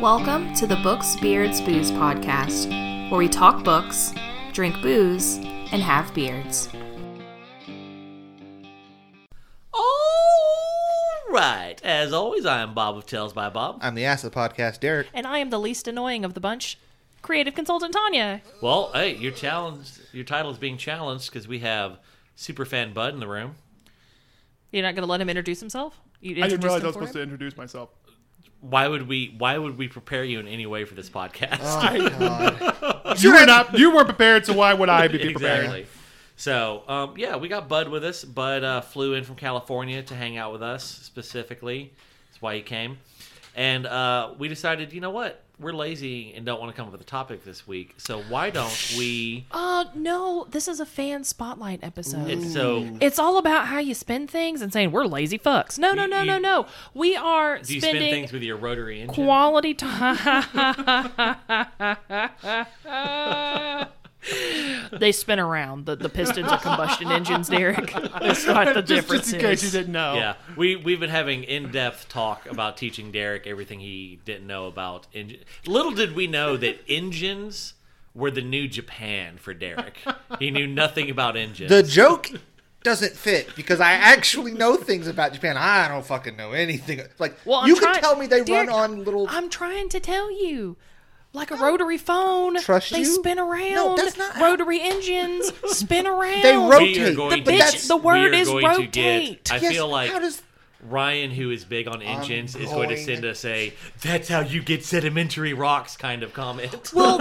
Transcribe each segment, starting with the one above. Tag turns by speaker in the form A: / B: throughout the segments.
A: Welcome to the Books, Beards, Booze podcast, where we talk books, drink booze, and have beards.
B: All right. As always, I am Bob of Tales by Bob.
C: I'm the ass of the podcast, Derek.
D: and I am the least annoying of the bunch. Creative consultant Tanya.
B: Well, hey, your challenge, your title is being challenged because we have Superfan Bud in the room.
D: You're not going to let him introduce himself? You
E: I didn't
D: introduced
E: realize
D: him
E: I was
D: for
E: supposed to
D: him?
E: introduce myself.
B: Why would we? Why would we prepare you in any way for this podcast?
D: Oh,
E: You were not. You weren't prepared, so why would I be prepared?
B: exactly. So, um, yeah, we got Bud with us. Bud uh, flew in from California to hang out with us specifically. That's why he came. And uh, we decided, you know what? We're lazy and don't want to come up with a topic this week. So why don't we?
D: Uh, no, this is a fan spotlight episode.
B: And so
D: It's all about how you spend things and saying we're lazy fucks. No, no, no,
B: You-
D: no, no. We are
B: do you spin
D: spending
B: things with your rotary engine?
D: quality time. they spin around. The, the pistons are combustion engines, Derek. That's what the
E: Just,
D: difference
E: just in case you
D: is.
E: didn't know.
B: Yeah, we we've been having in-depth talk about teaching Derek everything he didn't know about engine. Little did we know that engines were the new Japan for Derek. He knew nothing about engines.
C: The joke doesn't fit because I actually know things about Japan. I don't fucking know anything. Like
D: Well, I'm
C: you
D: trying-
C: can tell me they
D: Derek,
C: run on little.
D: I'm trying to tell you. Like a rotary phone.
C: Trust
D: they
C: you?
D: spin around.
C: No, that's not-
D: rotary engines spin around.
C: They rotate.
B: we are going
C: but
B: to,
C: that's-
D: the
B: we
D: word
B: are
D: is
B: going to
D: rotate.
B: Get, I
C: Yes,
B: feel like
C: how does
B: Ryan, who is big on engines, is going to
C: going-
B: send us a "That's how you get sedimentary rocks" kind of comment.
D: Well,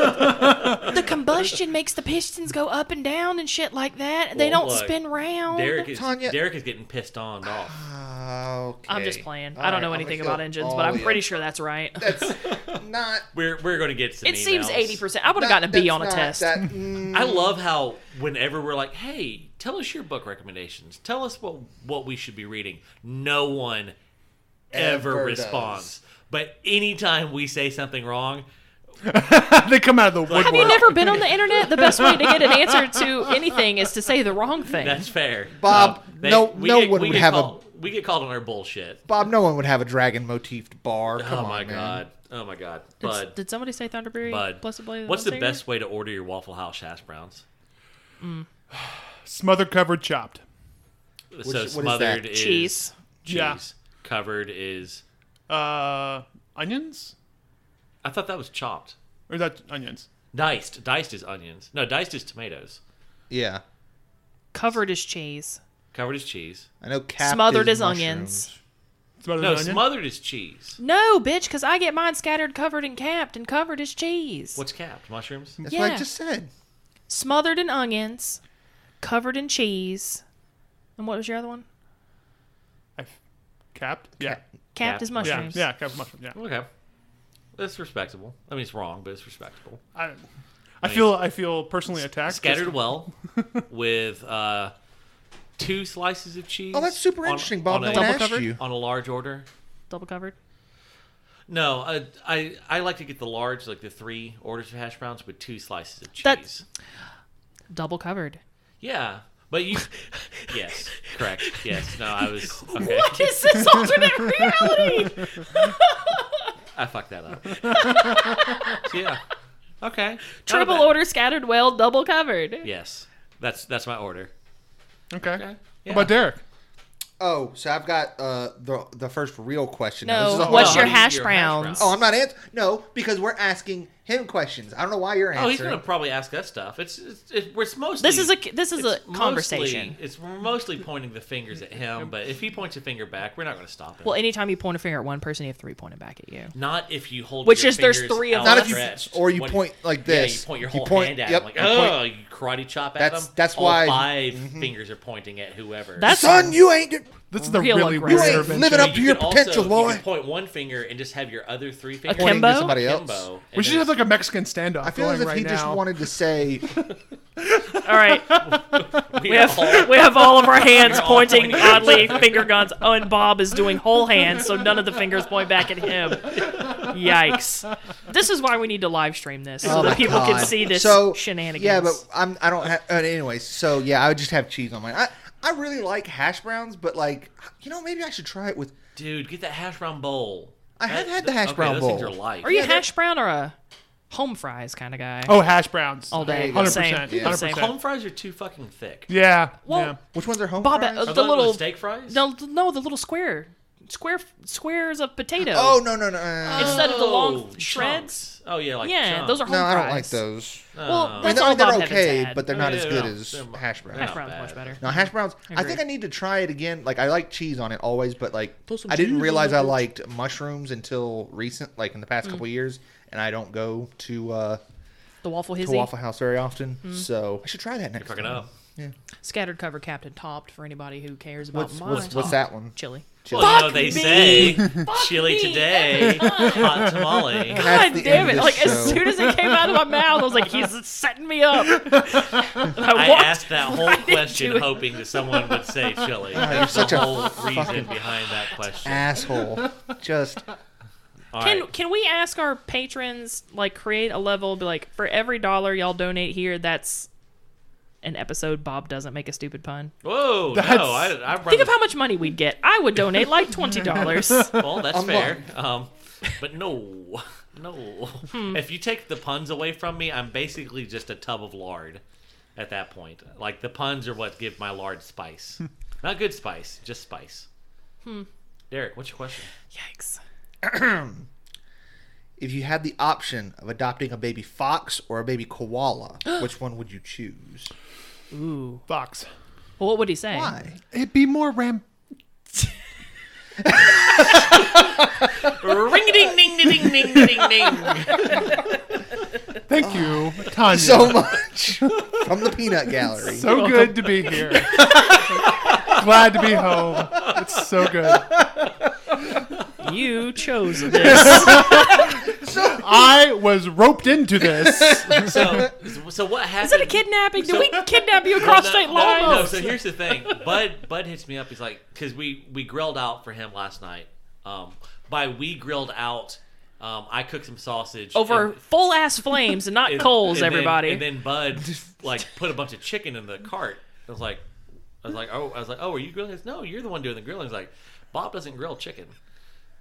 D: the combustion makes the pistons go up and down and shit like that. They
B: Well,
D: don't
B: look,
D: spin round.
B: Derek is
C: Tanya-
B: Derek is getting pissed on off.
C: okay.
D: I'm just playing.
C: All
D: I don't
C: right,
D: know
C: I'm
D: anything
C: gonna
D: about
C: feel
D: engines,
C: all
D: but I'm
C: the-
D: pretty sure that's right.
C: that's not.
B: We're we're going to get some.
D: it seems
B: emails.
D: 80%. I would have gotten a B
C: that's
D: on a
C: not-
D: test.
C: that- mm,
B: I love how whenever we're like, "Hey, tell us your book recommendations. Tell us what what we should be reading." No one ever,
C: Ever
B: responds. But anytime we say something wrong,
E: they come out of the woodwork.
D: have you never been on the internet? The best way to get an answer to anything is to say the wrong thing.
B: that's fair. Um,
C: Bob, no- no one would
B: get
C: have a-
B: called, We get called on our bullshit.
C: Bob, no one would have a dragon motifed bar. Come
B: oh
C: on,
B: my
C: man.
B: god. Oh my god.
D: Did-
B: Bud.
D: Did somebody say Thunderberry?
B: Bud.
D: Blessed Blade,
B: What's the
D: Savior?
B: best way to order your Waffle House hash browns?
E: Smothered, covered, chopped.
C: what
B: so
C: is
B: smothered
C: that?
B: is
D: cheese?
B: cheese.
E: Yeah.
B: Covered is
E: Uh, onions
B: I thought that was chopped.
E: or is that onions?
B: Diced. Diced is onions. No, diced is tomatoes.
C: Yeah,
D: Covered is cheese.
B: Covered is cheese.
C: I know. capped
D: Smothered
C: is
D: as onions.
C: mushrooms.
E: Smothered
B: No,
E: an onion?
B: smothered is cheese.
D: No, bitch, because I get mine scattered, covered, and capped, and covered is cheese.
B: What's capped? Mushrooms?
C: That's what I
D: Yeah.
C: just said. Oh,
D: Smothered in onions, covered in cheese. And what was your other one?
E: I- capped. Yeah.
D: Capped
B: Capped.
D: as
E: Yeah.
D: mushrooms.
E: Yeah. Capped mushroom. Yeah.
B: Okay. That's respectable. I mean, it's wrong, but it's respectable.
E: I, I feel. I feel personally attacked.
B: Scattered well with uh, two slices of cheese.
C: Oh, that's super
B: on-
C: interesting, Bob.
B: on
C: No
B: a-
C: one asked
D: covered?
C: you.
B: on a large order.
D: Double covered.
B: No, I, I I like to get the large, like the three orders of hash browns with two slices of cheese.
D: That's- Double covered.
B: Yeah, but you. yes, correct. Yes, no, I was. Okay,
D: Is this alternate reality?
B: I fucked that up. So, yeah. Okay. not
D: Triple
B: bad.
D: order, scattered well, double covered.
B: Yes, that's that's my order.
E: Okay.
B: Okay.
E: What
B: Yeah.
E: about Derek?
C: Oh, so I've got uh, the the first real question. Now, this is a
D: No,
C: whole
D: what's
B: no,
D: your
B: how do you
D: hash
B: do your hash
D: browns?
B: browns?
C: Oh, I'm not answering. No, because we're asking him questions. I don't know why you're answering.
B: Oh, he's gonna probably ask us stuff. It's, it's, it, we're mostly
D: This is a this is a
B: it's mostly-
D: conversation.
B: it's we're mostly pointing the fingers at him, but if he points a finger back, we're not gonna stop him.
D: Well, anytime you point a finger at one person, you have three pointing back at you.
B: not if you hold
D: Which
B: your
D: is there's
B: fingers
D: three of
C: Not
D: us.
C: if you,
B: outstretched.
C: or you
B: What-
C: point like
B: Yeah,
C: this.
B: you point your whole
C: point-
B: hand at
C: yep,
B: him like,
C: you point,
B: oh, you karate chop at
C: That's-
B: him.
C: that's
B: All
C: why- Mm-hmm.
B: 5 fingers are pointing at whoever.
D: That's
C: Son, you ain't
E: This is the
D: Real
E: really
D: aggressive.
E: weird
D: You ain't
E: intervention.
C: living up-
B: You
C: your
B: could also-
C: potential,
B: you
C: boy.
B: could point one finger and just have your other three fingers
C: pointing
D: Akimbo?
C: to somebody else.
B: Akimbo, and
E: We should have
B: just-
E: like a Mexican standoff.
C: I feel as
E: going
C: if
E: right
C: he
E: now.
C: just wanted to say,
D: All right,
B: we
D: we have
B: all-
D: we have all of our hands
B: We're all
D: pointing
B: pointing.
D: oddly finger guns. Oh, and Bob is doing whole hands, so none of the fingers point back at him. Yikes! This is why we need to live stream this so
C: "Oh my
D: that people
C: God.
D: can see this
C: so,
D: shenanigans.
C: Yeah, but I'm I don't have. Uh, anyways, so yeah, I would just have cheese on mine. I I really like hash browns, but like you know maybe I should try it with.
B: dude, get that hash brown bowl.
C: I have had the hash
B: okay,
C: brown
B: those
C: bowl.
B: Things are life.
D: Are you
C: Yeah,
D: a
C: they're-
D: hash brown or a home fries kind of guy?
E: Oh, hash browns.
D: all day.
C: There you go.
D: Same.
E: 100%.
D: Yeah. Same.
B: Home fries are too fucking thick.
E: Yeah.
D: Well,
E: yeah.
C: Which ones are home
D: Bob,
C: fries?
D: uh,
B: Are
D: the
B: those
D: little-
B: steak fries?
D: No, no, the little square, square squares of potato.
C: oh no no no! uh,
D: instead of the long
B: Oh,
D: shreds.
B: chunks. Oh yeah, like
D: yeah,
B: chunks.
D: those are home
C: no, I
D: fries.
C: don't like those.
D: Well,
C: I mean,
D: that's
C: they're,
D: all
C: they're
D: Bob Evans
C: okay,
D: had.
C: but they're
B: Oh,
C: not
B: yeah,
C: as good
B: yeah.
C: as
B: They're-
C: hash browns.
B: they're
D: hash browns
B: not
D: much
B: bad.
D: better.
C: Now hash browns, I think
D: Mm-hmm. Agreed.
C: I need to try it again. Like I like cheese on it always, but like
D: Throw some
C: I didn't
D: cheese
C: realize
D: on
C: I
D: it.
C: liked mushrooms until recent, like in the
D: Mm.
C: past couple years. And I don't go to uh,
D: The waffle
C: to
D: hizzy,
C: Waffle House very often,
D: Mm-hmm.
C: so I should try that next.
B: Fuck it
C: time.
B: up.
D: scattered cover captain topped for anybody who cares about
C: What's
D: mine.
C: what's, what's that one?
D: Chili.
C: Chili.
B: Well, you know
D: Fuck
B: they
D: me.
B: say chili
D: me
B: today, hot tamale.
C: That's the
D: God
C: end of
D: damn it!
C: this
D: Like as
C: show.
D: soon as it came out of my mouth, I was like, "He's setting me up." And I,
B: I
D: walked
B: asked that whole
D: right
B: question
D: into it.
B: hoping that someone would say chili.
C: you're
B: That's the
C: such a
B: whole reason
C: fucking
B: behind that question.
C: Asshole. Just
B: All
D: Can
B: right.
D: can we ask our patrons like create a level? Be like, for every dollar y'all donate here, that's an episode. Bob doesn't make a stupid pun.
B: Whoa,
E: That's-
B: no, I, I
D: Think of how much money we'd get. I would donate like twenty dollars.
B: Well, that's
C: I'm
B: fair. Um, but no, no.
D: Hmm.
B: If you take the puns away from me, I'm basically just a tub of lard at that point. Like the puns are what give my lard spice.
D: Hmm.
B: Not good spice, just spice. Hmm. Derek, what's your question?
D: Yikes!
C: if you had the option of adopting a baby fox or a baby koala, which one would you choose?
D: Ooh.
E: Fox.
D: Well, what would he say?
C: Why?
E: It'd be more ram.
B: Ring ding ding ding ding ding ding.
E: Thank you, Tanya.
C: Oh. So much from the peanut gallery.
E: So good to be here. Glad to be home. It's so good.
D: You chose this.
E: I was roped into this.
B: So, so what happened?
D: Is it a kidnapping? Did we kidnap you across state
B: no, no,
D: lines?
B: so here's the thing. Bud Bud hits me up. He's like, because we we grilled out for him last night. Um, by we grilled out, um, I cooked some sausage
D: Over
B: and-
D: full ass flames and not
B: and-
D: coals,
B: and then-
D: everybody.
B: and then Bud like put a bunch of chicken in the cart. I was like, I was like, oh, I was like, oh, are you grilling? this? No, you're the one doing the grilling. He's like, Bob doesn't grill chicken,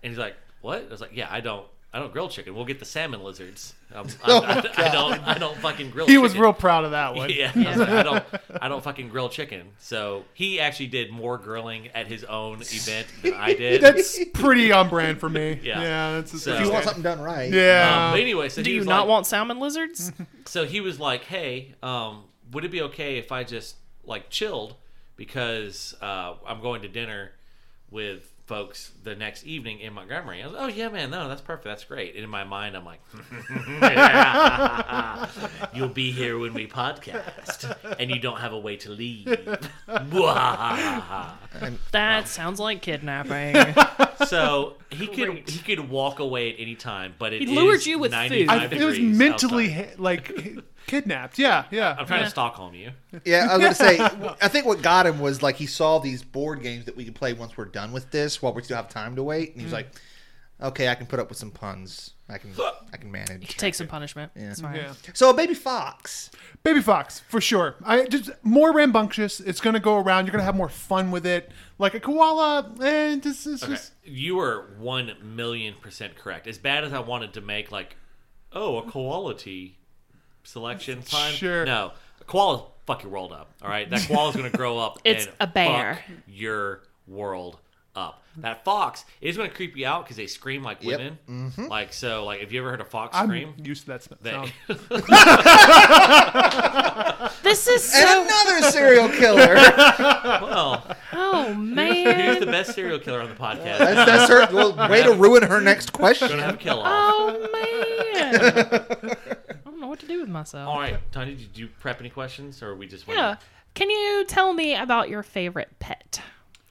B: and he's like, what? I was like, yeah, I don't. I don't grill chicken. We'll get the salmon lizards. Um, I, I, I don't. I don't fucking grill.
E: He was
B: chicken."
E: real proud of that one.
B: Yeah, I, was like, I don't, I don't fucking grill chicken. So he actually did more grilling at his own event than I did.
E: That's pretty on brand for me.
B: Yeah.
E: Yeah, that's
B: So-
C: If you
B: Okay.
C: want
E: yeah.
C: something done right,
B: um, but
E: yeah.
B: anyway, so
D: Do
B: he
D: you
B: was
D: not
B: like,
D: want salmon lizards?
B: So he was like, "Hey, um, would it be okay if I just like chilled because uh, I'm going to dinner with folks the next evening in Montgomery?" I was, "Oh yeah, man, no, that's perfect, that's great." And in my mind, I'm like, "You'll be here when we podcast, and you don't have a way to leave."
D: That sounds like kidnapping.
B: So he could he could walk away at any time, but it
D: He lured
B: is
D: you with food.
B: 95
E: I, it was
B: degrees
E: mentally
B: outside.
E: hi- like kidnapped. Yeah, yeah.
B: I'm trying to Stockholm you.
C: Yeah, I was gonna say. I think what got him was like he saw these board games that we could play once we're done with this, while we still have time to wait, and he was
B: Mm.
C: like, "Okay, I can put up with some puns. I can, I can manage."
D: Take some punishment. It's fine.
E: Yeah.
C: So a baby fox.
E: Baby Fox, for sure. I just more rambunctious. It's gonna go around. You're gonna have more fun with it. Like a koala, and this is
B: Okay.
E: just
B: You are one million percent correct. As bad as I wanted to make like, oh, a quality selection time.
E: Sure.
B: No, a koala fuck your world up. All right, that koala's gonna grow up.
D: It's
B: and
D: a bear.
B: Fuck your world up. That fox is gonna creep you out because they scream like
C: Yep.
B: women. Like so, like have you ever heard a fox
E: I'm
B: scream?
E: used to that sm-
B: They-
E: sound.
D: This is
C: And
D: so.
C: another serial killer. that's,
B: well,
D: Oh
B: who's the
D: man.
B: best serial killer on the podcast?
C: that's her well, way to ruin her next
B: gonna
C: question.
B: have a kill off.
D: Oh man. I don't know what to do with myself.
B: All right, Tony, did you prep any questions, or we just went?
D: Yeah. Can you tell me about your favorite pet?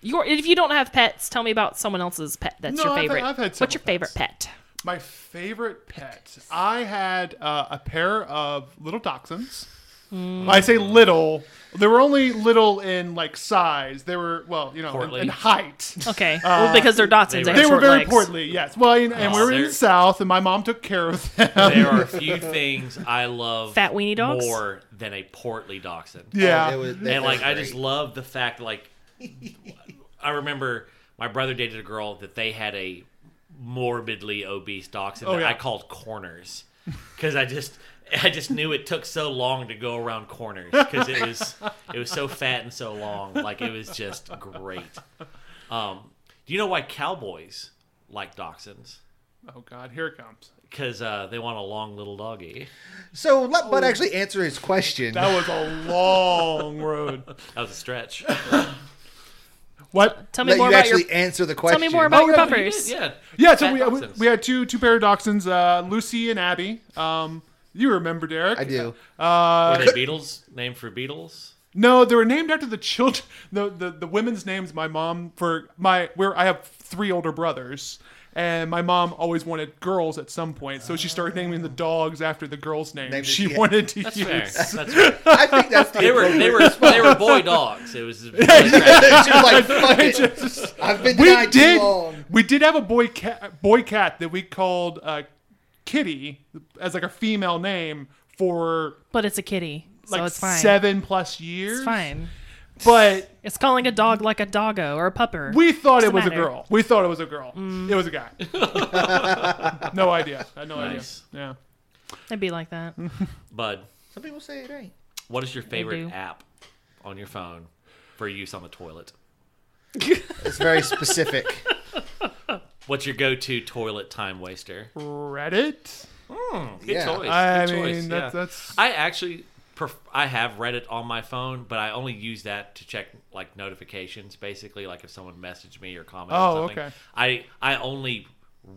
D: Your if you don't have pets, tell me about someone else's pet that's
E: No,
D: your
E: I've had-
D: favorite.
E: I've had
D: What's your
E: several
D: favorite pet?
E: My favorite pet. I had uh, a pair of little dachshunds. I say little. They were only little in like size. They were well, you know, in,
B: Portly.
E: in height.
D: Okay. well, because they're Dachshunds.
B: they
D: They,
B: were-
E: Uh, They
D: have short
E: were very
D: legs.
E: portly, yes. Well, and, and we
B: Oh,
E: were in
B: they're-
E: the south, and my mom took care of them.
B: There are a few things I love
D: Fat weenie dogs?
B: more than a portly dachshund.
E: yeah,
C: Oh, It was- that-
B: and like
C: that's
B: I just
C: great.
B: love the fact like I remember my brother dated a girl that they had a morbidly obese dachshund
E: Oh,
B: that
E: yeah.
B: I called corners because I just I just knew it took so long to go around corners because it was it was so fat and so long like it was just great. Um, do you know why cowboys like dachshunds?
E: Oh God, here it comes.
B: Because uh, they want a long little doggy.
C: So let Bud actually answer his question.
E: That was a long road.
B: That was a stretch.
E: What?
D: Tell me
C: let
D: more
C: you
D: about your.
C: actually answer the
D: Tell
C: question.
D: me more about your
E: Oh, yeah,
B: You
E: you
B: did,
D: puppers.
B: yeah.
E: Yeah, so
B: Fat
E: we, uh, we
B: dachshunds.
E: we had two two pair of dachshunds, uh, Lucy and Abby. Um, you remember Derek?
C: I do.
E: Uh,
B: Were they beetles? Named for beetles?
E: No, they were named after the children, the, the the women's names. My mom for my where I have three older brothers, and my mom always wanted girls at some point, so she started naming the dogs after the girls' names
C: Named it-
E: she
C: yeah.
E: wanted to
B: That's
E: use.
B: fair. That's fair.
C: I think that's the
B: They were they were they were boy dogs. It was
C: she was like, fuck it. I've been
E: We
C: denied
E: did.
C: too long.
E: We did have a boy cat, boy cat that we called uh, Kitty as like a female name for
D: But it's a kitty,
E: like
D: so it's fine.
E: seven plus years.
D: It's fine.
E: But
D: It's calling a dog like a doggo or a pupper.
E: we thought it
D: Doesn't
E: was a
D: matter. Mm.
E: girl. We thought it was a girl. It was a guy. no idea. I had no
B: Nice.
E: idea. Yeah.
D: It'd be like that.
E: Mm.
B: Bud.
C: Some people say it ain't.
B: What is your
D: do.
B: favorite app on your phone for use on the toilet?
C: It's very specific.
B: What's your go-to toilet time waster?
E: Reddit.
B: Good
C: Yeah.
B: choice.
E: Mm. I
B: Good choice.
E: mean,
B: yeah.
E: that's that's.
B: I actually pref- I have Reddit on my phone, but I only use that to check like notifications. Basically, like if someone messaged me or commented
E: Oh,
B: something,
E: okay.
B: I I only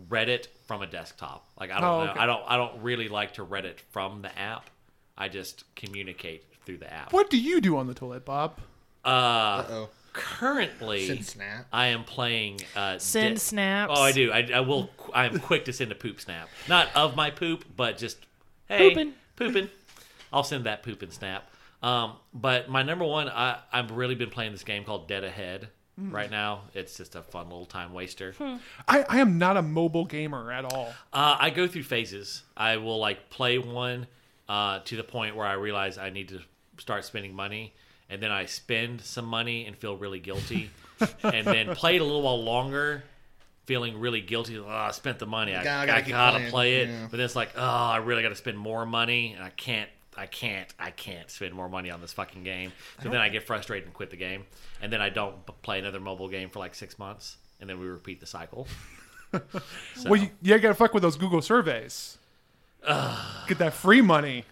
B: Reddit from a desktop. Like I don't
E: Oh,
B: know.
E: okay.
B: I don't I don't really like to Reddit from the app. I just communicate through the app.
E: What do you do on the toilet, Bob?
B: Uh,
C: Uh-oh.
B: currently,
C: Send snap.
B: I am playing. Uh,
D: Send
B: Di-
D: snaps.
B: Oh, I do. I, I will. I am quick to send a poop snap. Not of my poop, but just hey,
D: Poopin'.
B: pooping. I'll send that pooping snap. Um, but my number one, I, I've really been playing this game called Dead Ahead
D: Mm.
B: right now. It's just a fun little time waster.
D: Hmm.
E: I, I am not a mobile gamer at all.
B: Uh, I go through phases. I will like play one uh, to the point where I realize I need to start spending money, and then I spend some money and feel really guilty, and then play it a little while longer, feeling really guilty. Oh, I spent the money. I, gotta,
C: Gotta- gotta keep
B: gotta
C: playing,
B: play it.
C: yeah.
B: But then it's like, oh, I really gotta spend more money, and I can't. I can't, I can't spend more money on this fucking game. So then I get frustrated and quit the game, and then I don't b- play another mobile game for like six months, and then we repeat the cycle. So-
E: Well, you, you gotta fuck with those Google surveys. Get that free money.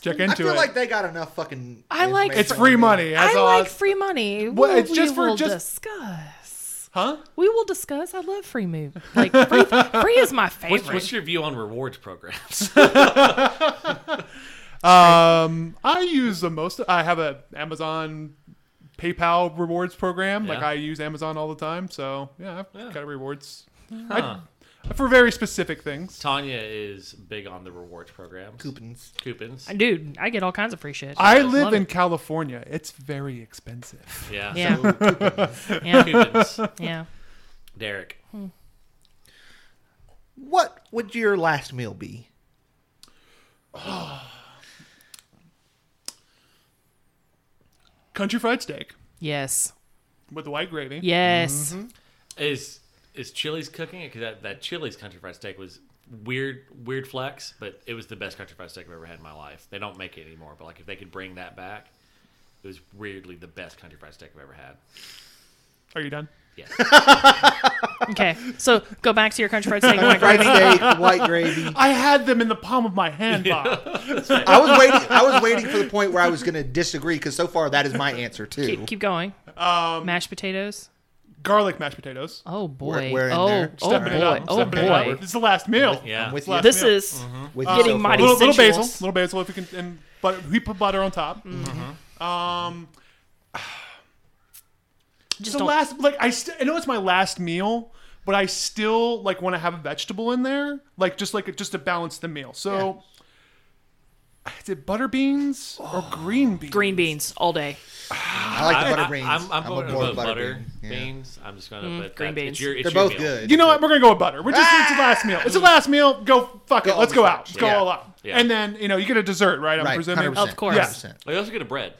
E: Check into
C: I feel
E: it.
C: like they got enough fucking.
D: I like-
E: it's
C: information on
E: free
C: there.
E: money. That's
D: I
E: all
D: like
E: I-
D: free money.
E: Well,
D: we,
E: it's just
D: we
E: for-
D: will
E: just-
D: discuss.
E: huh?
D: We will discuss. I love free movie. Like free, free is my favorite.
B: What's, what's your view on rewards programs?
E: Um, I use the most. I have a Amazon PayPal rewards program. Like
B: Yeah.
E: I use Amazon all the time. So yeah, I've got rewards I, for very specific things.
B: Tanya is big on the rewards program.
C: Coupons.
B: Coupons.
D: Dude, I get all kinds of free shit.
E: I
D: Love
E: live in
D: it.
E: California. It's very expensive.
B: Yeah.
D: Yeah,
B: So,
D: yeah,
B: coupons.
D: yeah.
B: Derek.
C: What would your last meal be?
E: Country fried steak
D: Yes,
E: with white gravy.
D: yes.
E: Mm-hmm.
B: Is is Chili's cooking it? Because that, that Chili's country fried steak was weird, weird flex, but it was the best country fried steak I've ever had in my life. They don't make it anymore, but like if they could bring that back, it was weirdly the best country fried steak I've ever had.
E: Are you done?
B: Yes.
D: Okay, so go back to your country fried steak. Mike.
C: Fried steak, white gravy.
E: I had them in the palm of my hand, Bob.
C: I was waiting. I was waiting for the point where I was going to disagree because so far that is my answer too.
D: Keep, keep going.
E: Um,
D: Mashed potatoes.
E: Garlic mashed potatoes.
D: Oh boy.
C: we're in
D: oh,
C: there.
D: oh
E: Stepping it up,
D: boy. Oh
E: stepping it up.
D: boy.
E: It's the last meal.
B: Yeah.
C: I'm with you.
E: Last
D: This
E: meal.
D: is
C: With
E: Uh,
C: you so
D: getting
C: far.
D: mighty-
E: little, little basil,
D: sensuals.
E: little basil if we can, and butter. We put butter on top.
D: Mm-hmm.
E: Um,
D: just
E: the
D: don't.
E: last like I, st- I know it's my last meal but i still like want to have a vegetable in there like just like just to balance the meal so is it butter beans or green beans
D: Oh, green beans all day.
C: I like the
B: I,
C: butter beans.
B: I, am I'm
C: a
B: going to
C: board
B: vote
C: butter
B: butter
C: bean.
B: beans.
C: Yeah.
B: I'm just going to put
D: Mm, green
B: that-
D: beans.
B: It's your, it's
C: They're
B: your
C: both
B: meal.
C: good.
E: you know what we're gonna go with butter we're just it's the
B: Ah!
E: last meal it's the last meal go fuck it
C: Go
E: let's
C: all
E: go
C: the
E: out
C: fuck.
E: go
B: Yeah.
E: all out
B: Yeah.
E: and then you know you get a dessert right i'm
C: Right,
E: presuming
C: 100%,
D: Of course.
C: 100%.
B: I also get a bread.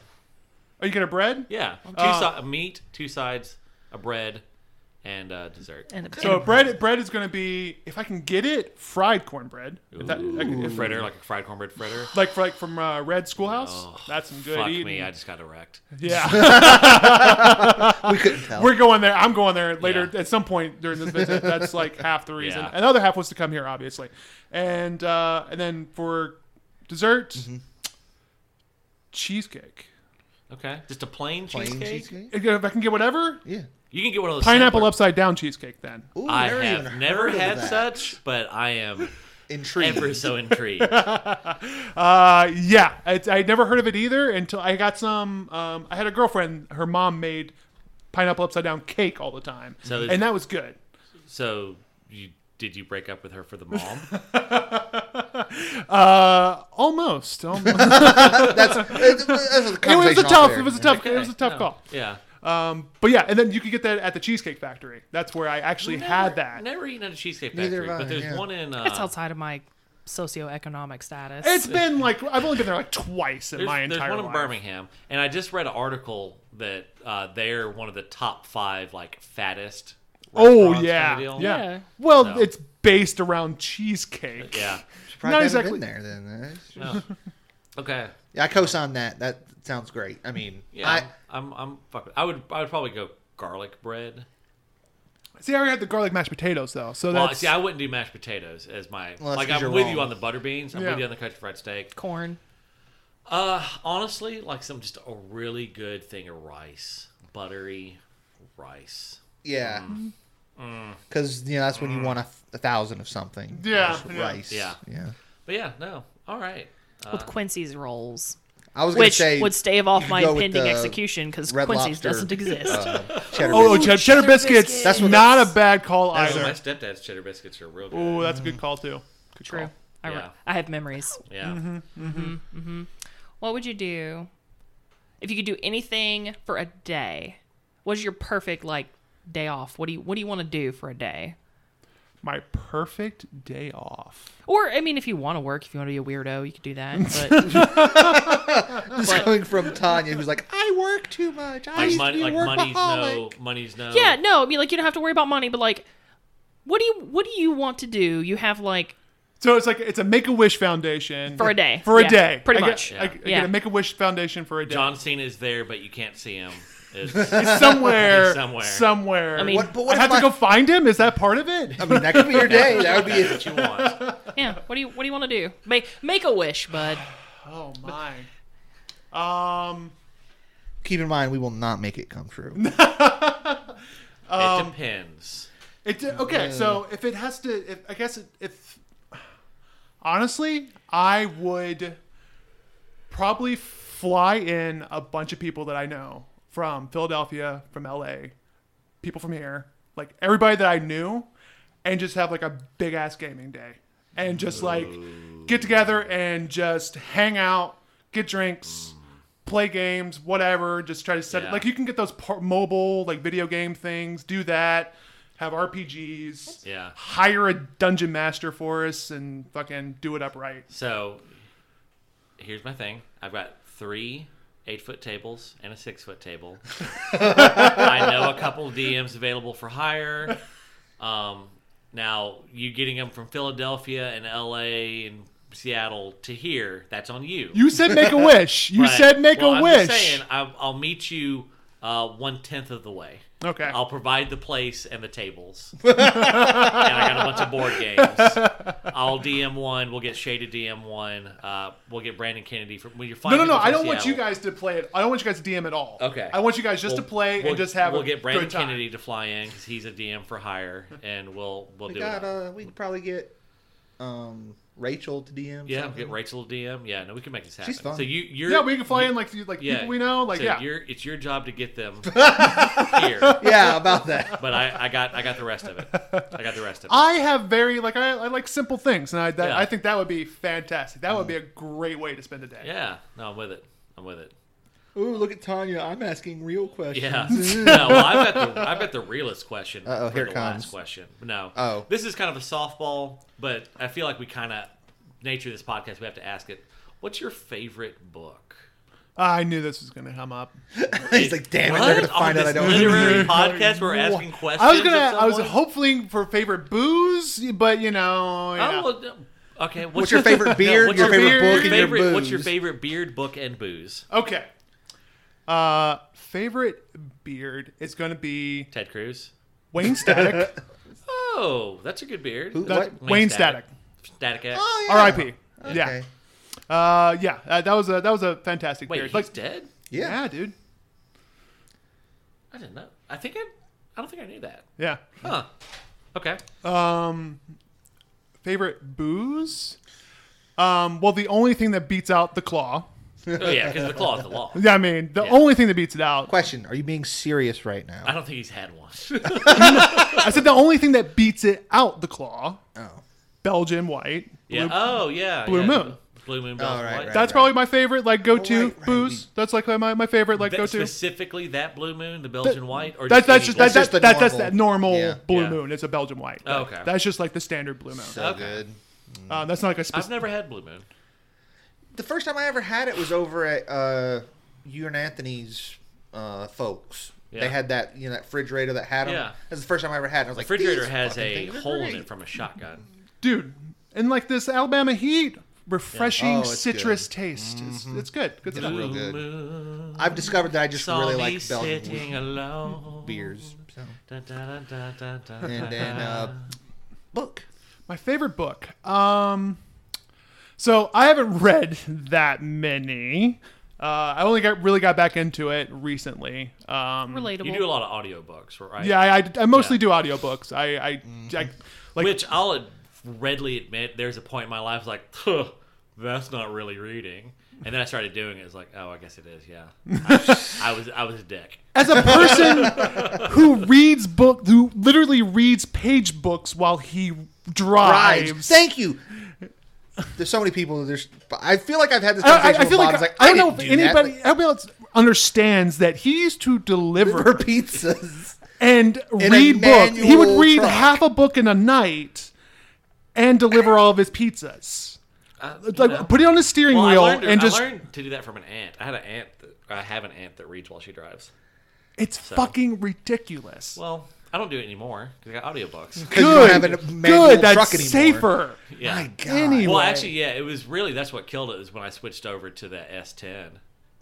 E: are you gonna bread
B: Yeah, two si- a meat, two sides, a bread, and uh, dessert.
D: And a,
E: So bread bread is going to be if I can get it fried cornbread. If that, I can- if-
B: fritter, like a fried cornbread fritter.
E: like like from uh, Red Schoolhouse.
B: Oh,
E: That's some good
B: Fuck
E: eating.
B: me, I just got erect.
E: yeah,
C: We couldn't tell.
E: we're going there. I'm going there later
B: Yeah.
E: at some point during this visit. That's like half the reason.
B: Yeah.
E: And the other half was to come here, obviously. And uh, and then for dessert,
B: Mm-hmm.
E: cheesecake.
B: Okay, just a plain,
C: Plain
B: cheesecake.
C: cheesecake?
E: If I can get whatever,
C: Yeah.
B: You can get one of those
E: pineapple
B: simpler-
E: upside down cheesecake. Then
C: Ooh,
B: I
C: never
B: have
C: even
B: never
C: heard of
B: had
C: that.
B: such, but I am
C: Intrigued.
B: ever so intrigued.
E: Uh, yeah, I, I never heard of it either until I got some. Um, I had a girlfriend; her mom made pineapple upside down cake all the time,
B: So there's-
E: and that was good.
B: So you did you break up with her for the mom?
E: Uh, almost. almost. it
C: That's, it, that's a
E: was a
C: conversation off
E: tough.
C: air.
E: It was a tough. It was a tough call.
B: yeah.
E: Um, but yeah, and then you could get that at the Cheesecake Factory. That's where I actually had that.
B: Never eaten at a cheesecake
C: Neither
B: factory,
C: have I,
B: but there's
C: yeah.
B: one in. Uh,
D: it's outside of my socioeconomic status.
E: It's been like I've only been there like twice in
B: there's,
E: my
B: there's
E: entire
B: one in
E: life.
B: Birmingham, and I just read an article that uh, they're one of the top five like fattest.
E: Oh
B: restaurants
E: yeah,
B: kinda deal.
E: yeah,
D: Yeah.
E: Well,
B: So.
E: it's based around cheesecake.
B: yeah.
E: Not
C: Probably not
E: exactly.
C: been there then. That's-
B: No. Okay.
C: Yeah, I co-sign that. That sounds great. I mean,
B: Yeah.
C: I,
B: I'm. I'm. Fuck. I would. I would probably go garlic bread.
E: See, I already had the garlic mashed potatoes though, so
B: Well,
E: that's
B: see, I wouldn't do mashed potatoes as my
C: Well, that's
B: like.
C: 'cause
B: I'm
C: you're
B: with
C: wrong.
B: you on the butter beans. I'm
E: Yeah.
B: with you on the country fried steak.
D: corn.
B: Uh, honestly, like some just a really good thing of rice, buttery rice.
C: yeah,
B: Mm.
C: Mm. because you know that's when you want a, a thousand of something.
E: Yeah,
C: Just
E: yeah.
C: rice.
B: Yeah.
C: yeah.
B: But yeah, no, all right.
D: with Quincy's rolls,
C: I was gonna
D: which
C: say
D: would stave off
C: could
D: my
C: go with
D: impending
C: the
D: execution because
C: Red
D: Quincy's
C: Lobster,
D: doesn't exist.
C: uh, cheddar
E: Oh, oh
C: biscuit.
E: cheddar, cheddar biscuits.
D: biscuits.
E: That's
C: That's what
E: not
C: it's-
E: a bad call
B: That's what my
E: either.
B: stepdad's cheddar biscuits are real good.
E: Oh, that's a good call too. Good
D: True.
E: call.
D: I, re-
B: Yeah.
D: I have memories.
B: Yeah.
D: What would you do if you could do anything for a day? What's your perfect like day off? What do you What do you want to do for a day?
E: My perfect day off.
D: Or I mean, if you want to work, if you want to be a weirdo, you could do that. But
C: This is coming from Tanya, who's like, I work too much. I
B: Like,
C: used
B: money,
C: to
B: like
C: be a
B: money's no,
C: workaholic.
B: money's no.
D: yeah, no, I mean, like you don't have to worry about money, but like, what do you What do you want to do? You have like
E: So it's like it's a Make a Wish Foundation
D: For a day.
E: For a
D: Yeah,
E: day,
D: pretty
E: I get-
D: much.
E: I, I
B: Yeah.
E: get
D: Yeah.
E: a Make a Wish Foundation for a day.
B: John Cena is there, but you can't see him. It's,
E: It's somewhere,
B: Somewhere.
E: somewhere,
D: I
E: I
D: mean-
E: mean,
C: What, but what
E: I have
C: if
E: to go find him. Is that part of it?
C: I mean, that could be your day. That would be
B: that's what you want.
D: yeah. What do you What do you want to do? Make Make a wish, bud.
E: Oh my. Um,
C: Keep in mind, we will not make it come true.
B: it depends.
E: it okay. So if it has to, if, I guess it, if honestly, I would probably fly in a bunch of people that I know from Philadelphia, from LA, people from here, like everybody that I knew, and just have like a big ass gaming day. And just like get together and just hang out, get drinks, play games, whatever. Just try to set
B: Yeah.
E: it. Like you can get those par- mobile, like video game things, do that, have RPGs.
B: Yeah.
E: Hire a dungeon master for us and fucking do it upright.
B: So here's my thing. I've got three eight foot tables and a six foot table. I know a couple of DMs available for hire. Um, now you getting them from Philadelphia and LA and Seattle to here, that's on you.
E: You said make a wish. You
B: But-
E: said make
B: well,
E: a
B: I'm
E: wish.
B: Just saying, I'll, I'll meet you uh, one tenth of the way.
E: Okay.
B: I'll provide the place and the tables. and I got a bunch of board games. I'll DM one. We'll get Shaded DM one. Uh, we'll get Brandon Kennedy from when you're
E: no,
B: flying.
E: no, no.
B: people from
E: I don't want you
B: Seattle.
E: guys to play it. I don't want you guys to DM at all.
B: Okay.
E: I want you guys just
B: We'll-
E: to play
B: we'll-
E: and just have
B: We'll
E: a
B: get Brandon
E: good time.
B: Kennedy to fly in because he's a DM for hire, and we'll we'll
C: We
B: do
C: got.
B: it.
C: Uh, we could probably get um, Rachel to DM.
B: yeah,
C: something.
B: get Rachel to DM. Yeah, no, we can make this happen.
C: She's fun.
B: So you, you're
E: Yeah, we can fly in like you- like
B: yeah,
E: people we know. Like
B: so
E: yeah.
B: you're, it's your job to get them here.
C: Yeah, about that.
B: But I, I got I got the rest of it. I got the rest of it.
E: I have very like I, I like simple things, and I that,
B: Yeah. Mm-hmm.
E: I think that would be fantastic. That would be a great way to spend a day.
B: Yeah, no, I'm with it. I'm with it.
C: Ooh, look at Tanya. I'm asking real questions.
B: Yeah. no, well, I've got the I've got the realest question.
C: Uh-oh,
B: for
C: here it
B: the last
C: comes.
B: question. No.
C: Oh.
B: This is kind of a softball, but I feel like we kind of nature of this podcast. We have to ask it. What's your favorite book?
E: I knew this was gonna come up.
C: He's like, damn it,
B: What?
C: they're gonna
B: On
C: find out
B: this
C: I don't.
B: literary podcast, we're asking questions.
E: I was gonna.
B: of
E: I was
B: someone?
E: hoping for favorite booze, but you know. yeah.
B: Oh, well, no. okay. What's,
C: your favorite beard,
B: what's
C: your
E: favorite book,
C: and your
B: favorite- What's your
C: booze?
B: favorite beard, book, and booze?
E: Okay. Uh, favorite beard is gonna be
B: Ted Cruz.
E: Wayne Static.
B: Oh, that's a good beard.
C: Who-
E: That's
C: What?
E: Wayne,
B: Wayne
E: Static.
B: Static. Static X.
C: Oh, yeah.
E: R.I.P. Yeah.
C: Okay.
E: Uh, yeah. Uh, that was a that was a fantastic
B: Wait,
E: beard.
B: he's
E: Like,
B: dead?
E: yeah.
C: Yeah.
E: dude.
B: I didn't know. I think I. I don't think I knew that.
E: Yeah.
B: Huh. Okay.
E: Um, favorite booze. Um, well, the only thing that beats out the claw.
B: Oh, yeah, because the claw is the law.
E: Yeah, I mean, the only thing that beats it out.
C: Question: Are you being serious right now?
B: I don't think he's had one.
E: I said the only thing that beats it out the claw.
C: Oh.
E: Belgian white.
B: yeah.
E: Blue-
B: oh, yeah.
E: Blue
B: yeah.
E: Moon.
B: Blue moon.
C: Oh,
B: Black
C: right,
B: White.
C: right.
E: That's probably my favorite, like go to
C: Oh, right, right.
E: booze. That's like my, my favorite, like
B: That-
E: go to.
B: specifically that blue moon, the Belgian white, or
E: That's that's just
B: any
E: that's
C: That's just
E: that's that,
C: the
E: that's that
C: normal.
E: normal
C: Yeah.
E: blue
B: Yeah.
E: moon. It's a Belgian white.
B: Oh, okay.
E: That's just like the standard blue moon.
C: So
B: Okay.
C: good.
E: Uh, that's not like a
B: blue- I've
E: specific.
B: never had blue moon.
C: The first time I ever had it was over at uh, you and Anthony's uh, folks.
B: Yeah.
C: They had that you know that refrigerator that had them.
B: Yeah.
C: That's the first time I ever had. It. I was
B: The
C: like,
B: refrigerator
C: "These
B: has
C: fucking
B: a
C: things are
B: hole in
C: great."
B: it from a shotgun.
E: dude and like this alabama heat refreshing
C: Oh, it's Mm-hmm.
E: citrus taste it's, it's good good
C: It's
E: stuff
C: real
B: Blue
C: good.
B: moon
C: I've discovered that I just
B: saw
C: really
B: me
C: like Belgian
B: sitting alone.
C: beers. So.
B: Da, da, da, da, da, da,
C: And then uh, book.
E: my favorite book um so i haven't read that many uh i only got really got back into it recently um
D: Relatable.
B: You do a lot of audiobooks, right?
E: yeah i, I, I mostly
B: Yeah.
E: do audiobooks i i, I
C: Mm-hmm.
E: like
B: Which I'll ad- readily admit, there's a point in my life like, "Huh, that's not really reading. And then I started doing it. It's like, oh, I guess it is. Yeah, I, I was I was a dick.
E: as a person who reads book who literally reads page books while he drives,
C: Drives. Thank you. There's so many people. There's. I feel like I've had this
E: I, I-
C: conversation
E: I feel
C: with
E: like,
C: Bob. It's
E: I, don't know
C: didn't
E: if
C: do that,
E: anybody anybody else understands that he used to
C: but-
E: deliver
C: pizzas.
E: and
C: a
E: read books. He would
C: manual
E: read
C: truck.
E: half a book in a night and deliver all of his pizzas.
B: Uh,
E: It's
B: you
E: Like
B: know.
E: put it on his steering
B: Well, I
E: wheel
B: learned, to-
E: and
B: I
E: just
B: learned to do that from an aunt. I had an aunt. That, I have an aunt that reads while she drives.
E: it's fucking ridiculous.
B: Well, I don't do it anymore because I got audiobooks.
C: you don't have a manual
E: good, that's
C: truck anymore.
E: safer.
B: Yeah.
C: My God.
E: Anyway.
B: Well, actually, yeah, it was really that's what killed it is when I switched over to the S10.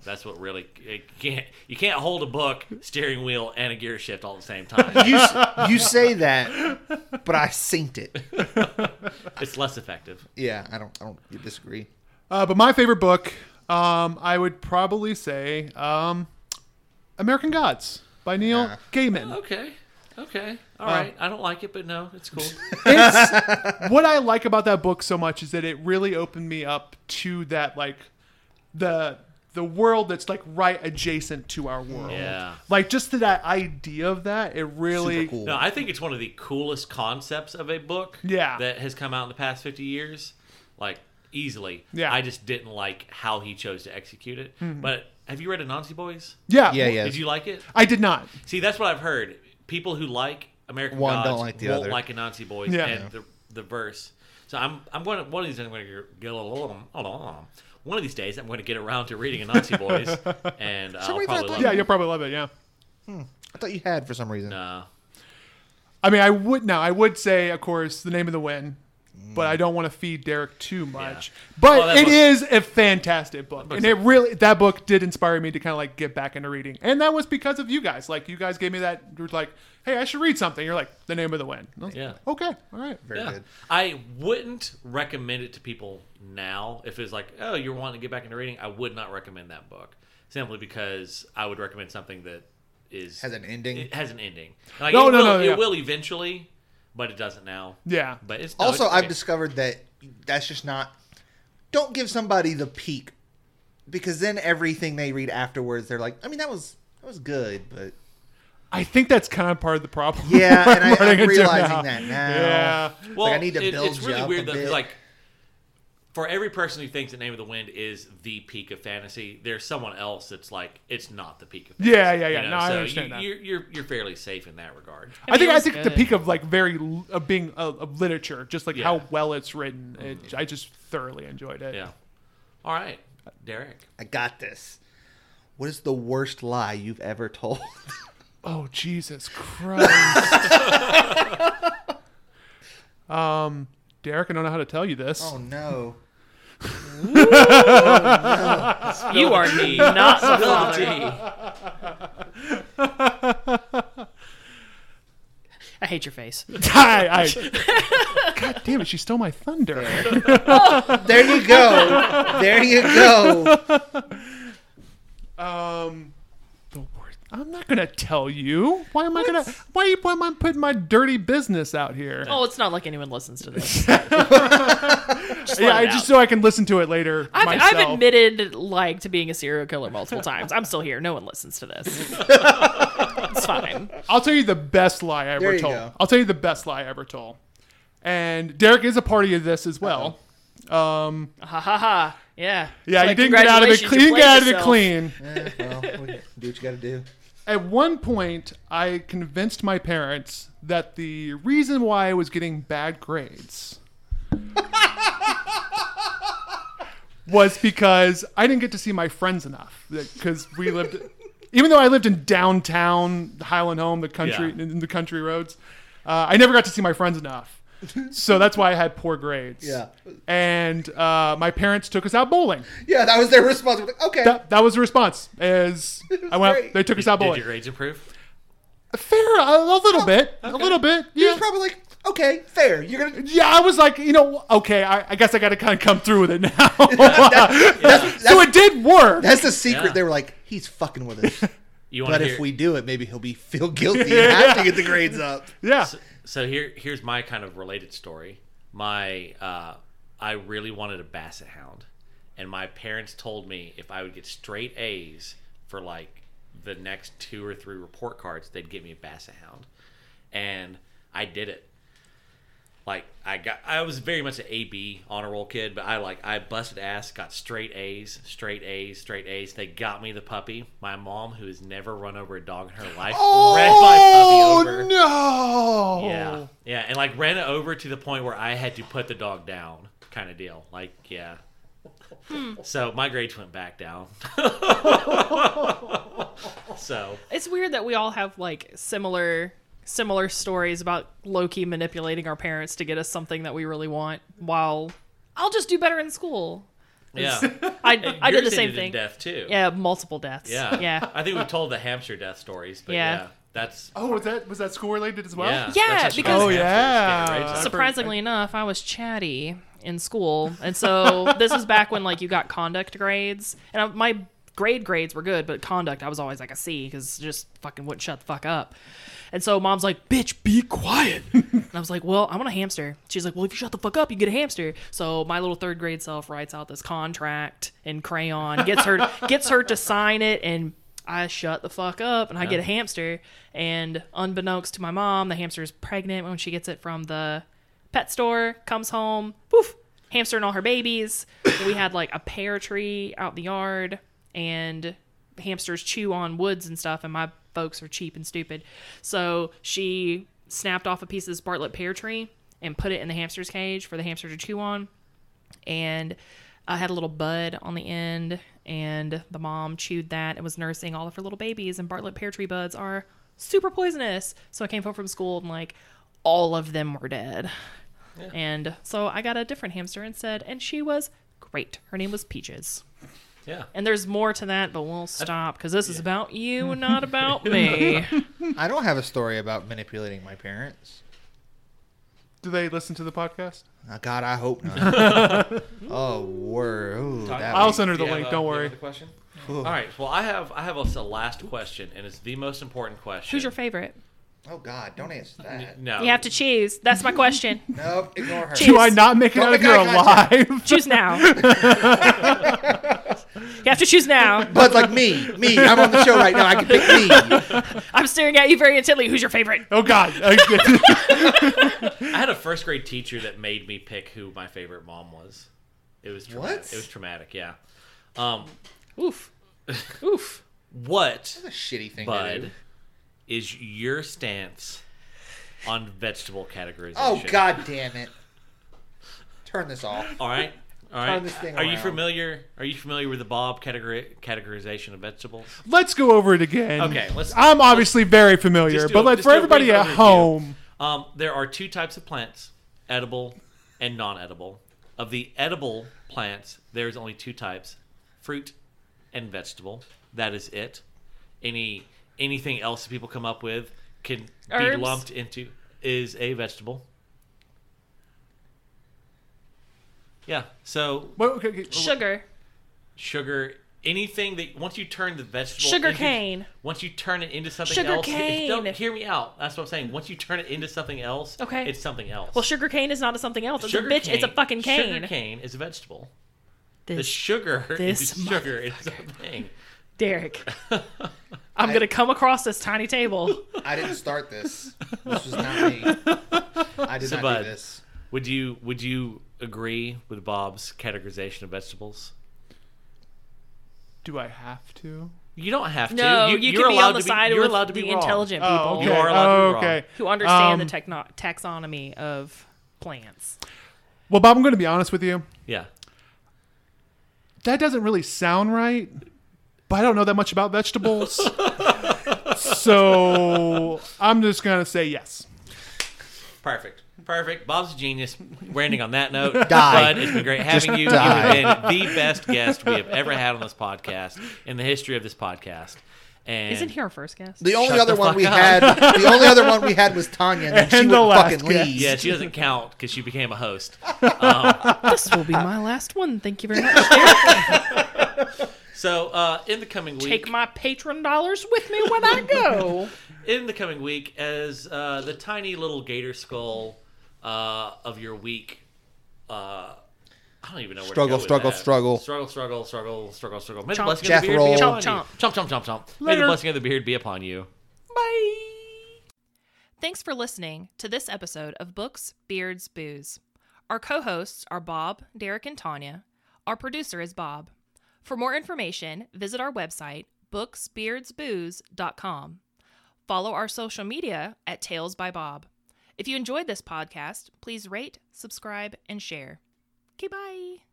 B: That's what really it can't you can't hold a book, steering wheel, and a gear shift all at the same time.
C: You, s- you say that, but I synced it.
B: it's less effective.
C: Yeah, I don't. I don't disagree.
E: Uh, but my favorite book, um, I would probably say um, American Gods by Neil
C: Yeah.
E: Gaiman.
B: Okay, okay, all right. I don't like it, but no, it's cool.
E: it's what I like about that book so much is that it really opened me up to that like the the world that's like right adjacent to our world.
B: Yeah.
E: Like just to that idea of that, it really
C: Super cool.
B: No, I think it's one of the coolest concepts of a book.
E: Yeah.
B: that has come out in the past fifty years, like easily.
E: Yeah.
B: I just didn't like how he chose to execute it. But have you read Anansi Boys?
E: Yeah.
C: Yeah, yeah.
B: Did you like it?
E: I did not.
B: See, that's what I've heard. People who like American
C: One
B: Gods
C: don't like the
B: won't
C: other.
B: like Anansi Boys
E: Yeah.
B: and the, the verse. So I'm I'm going to one of these I'm going to get a little hold on. One of these days I'm going to get around to reading Anansi Boys and I'll
C: reason
B: probably
C: I thought
B: love
E: Yeah,
B: it.
E: you'll probably love it. Yeah.
C: I thought you had for some reason.
B: No.
E: I mean, I would now. I would say, of course, the name of the wind. But
C: Mm.
E: I don't want to feed Derek too much.
B: Well,
E: But
B: that
E: it
B: book-
E: is a fantastic book, and it really that book did inspire me to kind of like get back into reading, and that was because of you guys. Like you guys gave me that. You were like, "Hey, I should read something." You're like, "The name of the wind." And I was like,
B: Yeah.
E: Okay. All right.
C: Oh, Very
B: Yeah.
C: good.
B: I wouldn't recommend it to people now. If it's like, oh, you're wanting to get back into reading, I would not recommend that book simply because I would recommend something that is
C: Has an ending.
B: It has an ending. Like,
E: No,
B: it
E: no,
B: will,
E: no,
B: It
E: yeah.
B: will eventually, but it doesn't now.
E: Yeah.
B: But it's no,
C: also,
B: it's
C: I've
B: great.
C: discovered that that's just not. Don't give somebody the peak, because then everything they read afterwards, they're like, I mean, that was that was good, but
E: I think that's kind of part of the problem.
C: Yeah, and I-
E: running
C: I'm
E: into
C: realizing that now.
E: Yeah.
B: Well,
C: I need to
B: it-
C: build
B: it's
C: you
B: really
C: up
B: weird
C: a
B: that
C: bit.
B: like for every person who thinks the name of the wind is the peak of fantasy, there's someone else that's like it's not the peak of fantasy.
E: Yeah, yeah, yeah. No, I
B: so
E: understand
B: you,
E: that.
B: You're, you're you're fairly safe in that regard.
E: I
D: it
E: think I
D: was
E: think the
D: good.
E: peak of like very l- of being uh, of literature, just like
B: Yeah.
E: how well it's written. It, I just thoroughly enjoyed it.
B: Yeah. All right, Derek.
C: I got this. What is the worst lie you've ever told?
E: Oh Jesus Christ. um, Derek, I don't know how to tell you this.
C: oh no.
D: You are me, not my father. I hate your face.
E: Hi, I- God damn it! She stole my thunder.
C: There you go. There you go.
E: Um, the word. I'm not gonna tell you. Why am I gonna? Why, you- why am I putting my dirty business out here?
D: Oh, it's not like anyone listens to this.
E: yeah,
D: let
E: I
D: it
E: just
D: out.
E: so I can listen to it later
D: I've,
E: myself.
D: I've admitted like to being a serial killer multiple times. I'm still here. No one listens to this. it's fine.
E: I'll tell you the best lie I
C: There
E: ever
C: you
E: told.
C: go.
E: I'll tell you the best lie I ever told. And Derek is a party of this as well. Um,
D: Ha ha ha. Yeah. It's
E: yeah, you
D: like,
E: didn't get out of it.
D: congratulations, you
E: Clean, you didn't get out of
D: played
E: it clean.
C: Eh, well, we do what you got to do.
E: At one point, I convinced my parents that the reason why I was getting bad grades was because I didn't get to see my friends enough. Because we lived, even though I lived in downtown Highland Home, the country
B: Yeah.
E: in the country roads, uh, I never got to see my friends enough. So that's why I had poor grades.
C: Yeah.
E: and uh, my parents took us out bowling.
C: Yeah, that was their response. We're like, okay.
E: That, that was the response. Is I went,
C: great.
E: they took us out
B: Did
E: bowling.
B: your grades improve?
E: Fair, a, a little bit, a little bit.
C: Oh, He
E: Yeah,
C: was probably like, okay, fair. You're gonna.
E: yeah. I was like, you know, okay. I, I guess I got to kind of come through with it now. so it did work.
C: That's the secret.
B: Yeah.
C: They were like, he's fucking with us.
B: You want
C: But
B: to hear?
C: if we do it, maybe he'll be feel guilty and have to get the grades up.
E: yeah.
B: so, so here here's my kind of related story. My uh, I really wanted a basset hound, and my parents told me if I would get straight A's for like the next two or three report cards, they'd give me a basset hound, and I did it. Like I got, I was very much an AB honor roll kid, but I like I busted ass, got straight A's, straight A's, straight A's. They got me the puppy. My mom, who has never run over a dog in her life, ran my puppy over.
E: no!
D: Oh.
B: Yeah, yeah, and like ran it over to the point where I had to put the dog down, kind of deal. Like, yeah.
D: Hmm.
B: So my grades went back down. so
D: It's weird that we all have like similar similar stories about Loki manipulating our parents to get us something that we really want while I'll just do better in school.
B: yeah,
D: I, I did the
B: Yours
D: same
B: ended in
D: thing.
B: Death too.
D: Yeah, multiple deaths.
B: yeah,
D: Yeah.
B: I think we've told the hamster death stories, but
D: Yeah.
B: yeah, that's
E: Oh, was that was that school related as well?
B: yeah,
D: Yeah,
B: that's actually
D: because-
B: how
E: Oh,
B: hamsters
E: yeah.
B: get raised.
E: Surprise.
D: Surprisingly enough, I was chatty in school, and so this is back when like you got conduct grades, and I, my grade grades were good, but conduct I was always like a C because just fucking wouldn't shut the fuck up. And so mom's like, "Bitch, be quiet." and I was like, "Well, I want a hamster." She's like, "Well, if you shut the fuck up, you get a hamster." So my little third grade self writes out this contract in crayon, gets her gets her to sign it, and I shut the fuck up and I get a hamster. And unbeknownst to my mom, the hamster's pregnant when she gets it from the pet store, comes home, poof, hamster and all her babies. we had like a pear tree out in the yard, and hamsters chew on woods and stuff, and my folks are cheap and stupid. So she snapped off a piece of this Bartlett pear tree and put it in the hamster's cage for the hamster to chew on and I had a little bud on the end, and the mom chewed that and was nursing all of her little babies. And Bartlett pear tree buds are super poisonous, so I came home from school and like all of them were dead. And so I got a different hamster instead, and she was great. Her name was Peaches.
B: Yeah,
D: And there's more to that, but we'll stop because this is about you, not about me.
C: I don't have a story about manipulating my parents.
E: Do they listen to the podcast?
C: Oh, God, I hope not. oh, word. Ooh, that
E: I'll
C: was-
E: send her the
B: Do you
E: link.
B: have a-
E: don't
B: do you have
E: worry.
B: another Question. All right. Well, I have I have a last question, and it's the most important question.
D: Who's your favorite?
C: oh, God, don't answer that.
B: No,
D: You have to choose. That's my question.
C: Nope, ignore her.
D: Choose.
E: Do I not make it
C: Don't
E: out of
C: make
E: here
C: eye contact.
E: alive?
D: choose now. you have to choose now.
C: But like me, me, I'm on the show right now. I can pick me.
D: I'm staring at you very intently. Who's your favorite?
E: oh God! I-
B: I had a first grade teacher that made me pick who my favorite mom was. It was traumatic.
C: What?
B: It was traumatic. Yeah. Um,
D: Oof. Oof.
B: what,
C: That's a shitty thing to do.
B: Bud, is your stance on vegetable categorization?
C: Oh, God damn it. Turn this off.
B: All right. All right.
C: Turn this thing
B: Are you
C: around.
B: familiar? Are you familiar with the Bob categori- categorization of vegetables?
E: Let's go over it again.
B: Okay, let's-
E: I'm obviously very familiar,
B: Just do
E: but
B: a-
E: let
B: just
E: for
B: do a
E: everybody
B: brief
E: at
B: overview.
E: home.
B: Um, there are two types of plants: edible and non-edible. Of the edible plants, there's only two types: fruit and vegetable. That is it. Any anything else that people come up with can be
D: Herbs?
B: lumped into is a vegetable. Yeah. So
E: Wait, okay, okay,
D: Sugar.
B: sugar anything that once you turn the vegetable
D: Sugar
B: into-
D: cane.
B: once you turn it into something
D: Sugar
B: else
D: cane.
B: Don't, hear me out that's what i'm saying once you turn it into something else
D: Okay.
B: it's something else
D: Well, sugar cane is not a something else. It's
B: Sugar
D: a bitch. It's a
B: cane-
D: fucking cane.
B: sugar cane is a vegetable the
D: This
B: sugar is
D: this
B: sugar it's a thing
D: Derek. I'm gonna come across this tiny table.
C: I didn't start this. This was not me. I did not
B: Sabad.
C: do this.
B: would you would you agree with bob's categorization of vegetables
E: Do I have to?
B: you don't have to
D: No,
B: you,
D: you,
B: are
D: can be
B: allowed
D: on the
B: to
D: side
B: be, you're
D: with
B: allowed to be
D: the
B: wrong.
D: intelligent
E: Oh,
D: people
E: okay.
B: You are allowed to be
E: okay.
D: who understand
E: Um,
D: the techno- taxonomy of plants.
E: Well, Bob, I'm going to be honest with you.
B: yeah
E: That doesn't really sound right, but I don't know that much about vegetables. so I'm just going to say yes.
B: Perfect. Perfect. Bob's a genius. We're ending on that note. Die.
C: Die.
B: Bud, it's been great having you.
C: die.
B: You've been the best guest we have ever had on this podcast in the history of this podcast. And
D: Isn't he our first guest?
C: The only
B: the
C: other one
B: fuck
C: we
B: up.
C: had, the only other one we had was Tanya, and, she
E: And the
C: would
E: last
C: fucking
E: guy.
C: leave.
B: Yeah, she doesn't count because she became a host.
D: this will be my last one. Thank you very much.
B: So uh, in the coming week,
D: Take my patron dollars with me when I go.
B: in the coming week, as uh, the tiny little gator skull uh, of your week. Uh, I don't even know where
C: Struggle,
B: to go
C: struggle,
B: with that.
C: struggle.
B: struggle, struggle, struggle, struggle, struggle. May the
D: Chomp.
B: blessing of the beard be
C: Jethro.
B: upon
D: Chomp,
B: you. Chomp, chomp, chomp, chomp. May the
D: Later.
B: blessing of the beard be upon you.
D: Bye. Thanks for listening to this episode of Books, Beards, Booze. Our co hosts are Bob, Derek, and Tanya. Our producer is Bob. For more information, visit our website, booksbeardsbooze.com. Follow our social media at Tales by Bob. If you enjoyed this podcast, please rate, subscribe, and share. Okay, bye.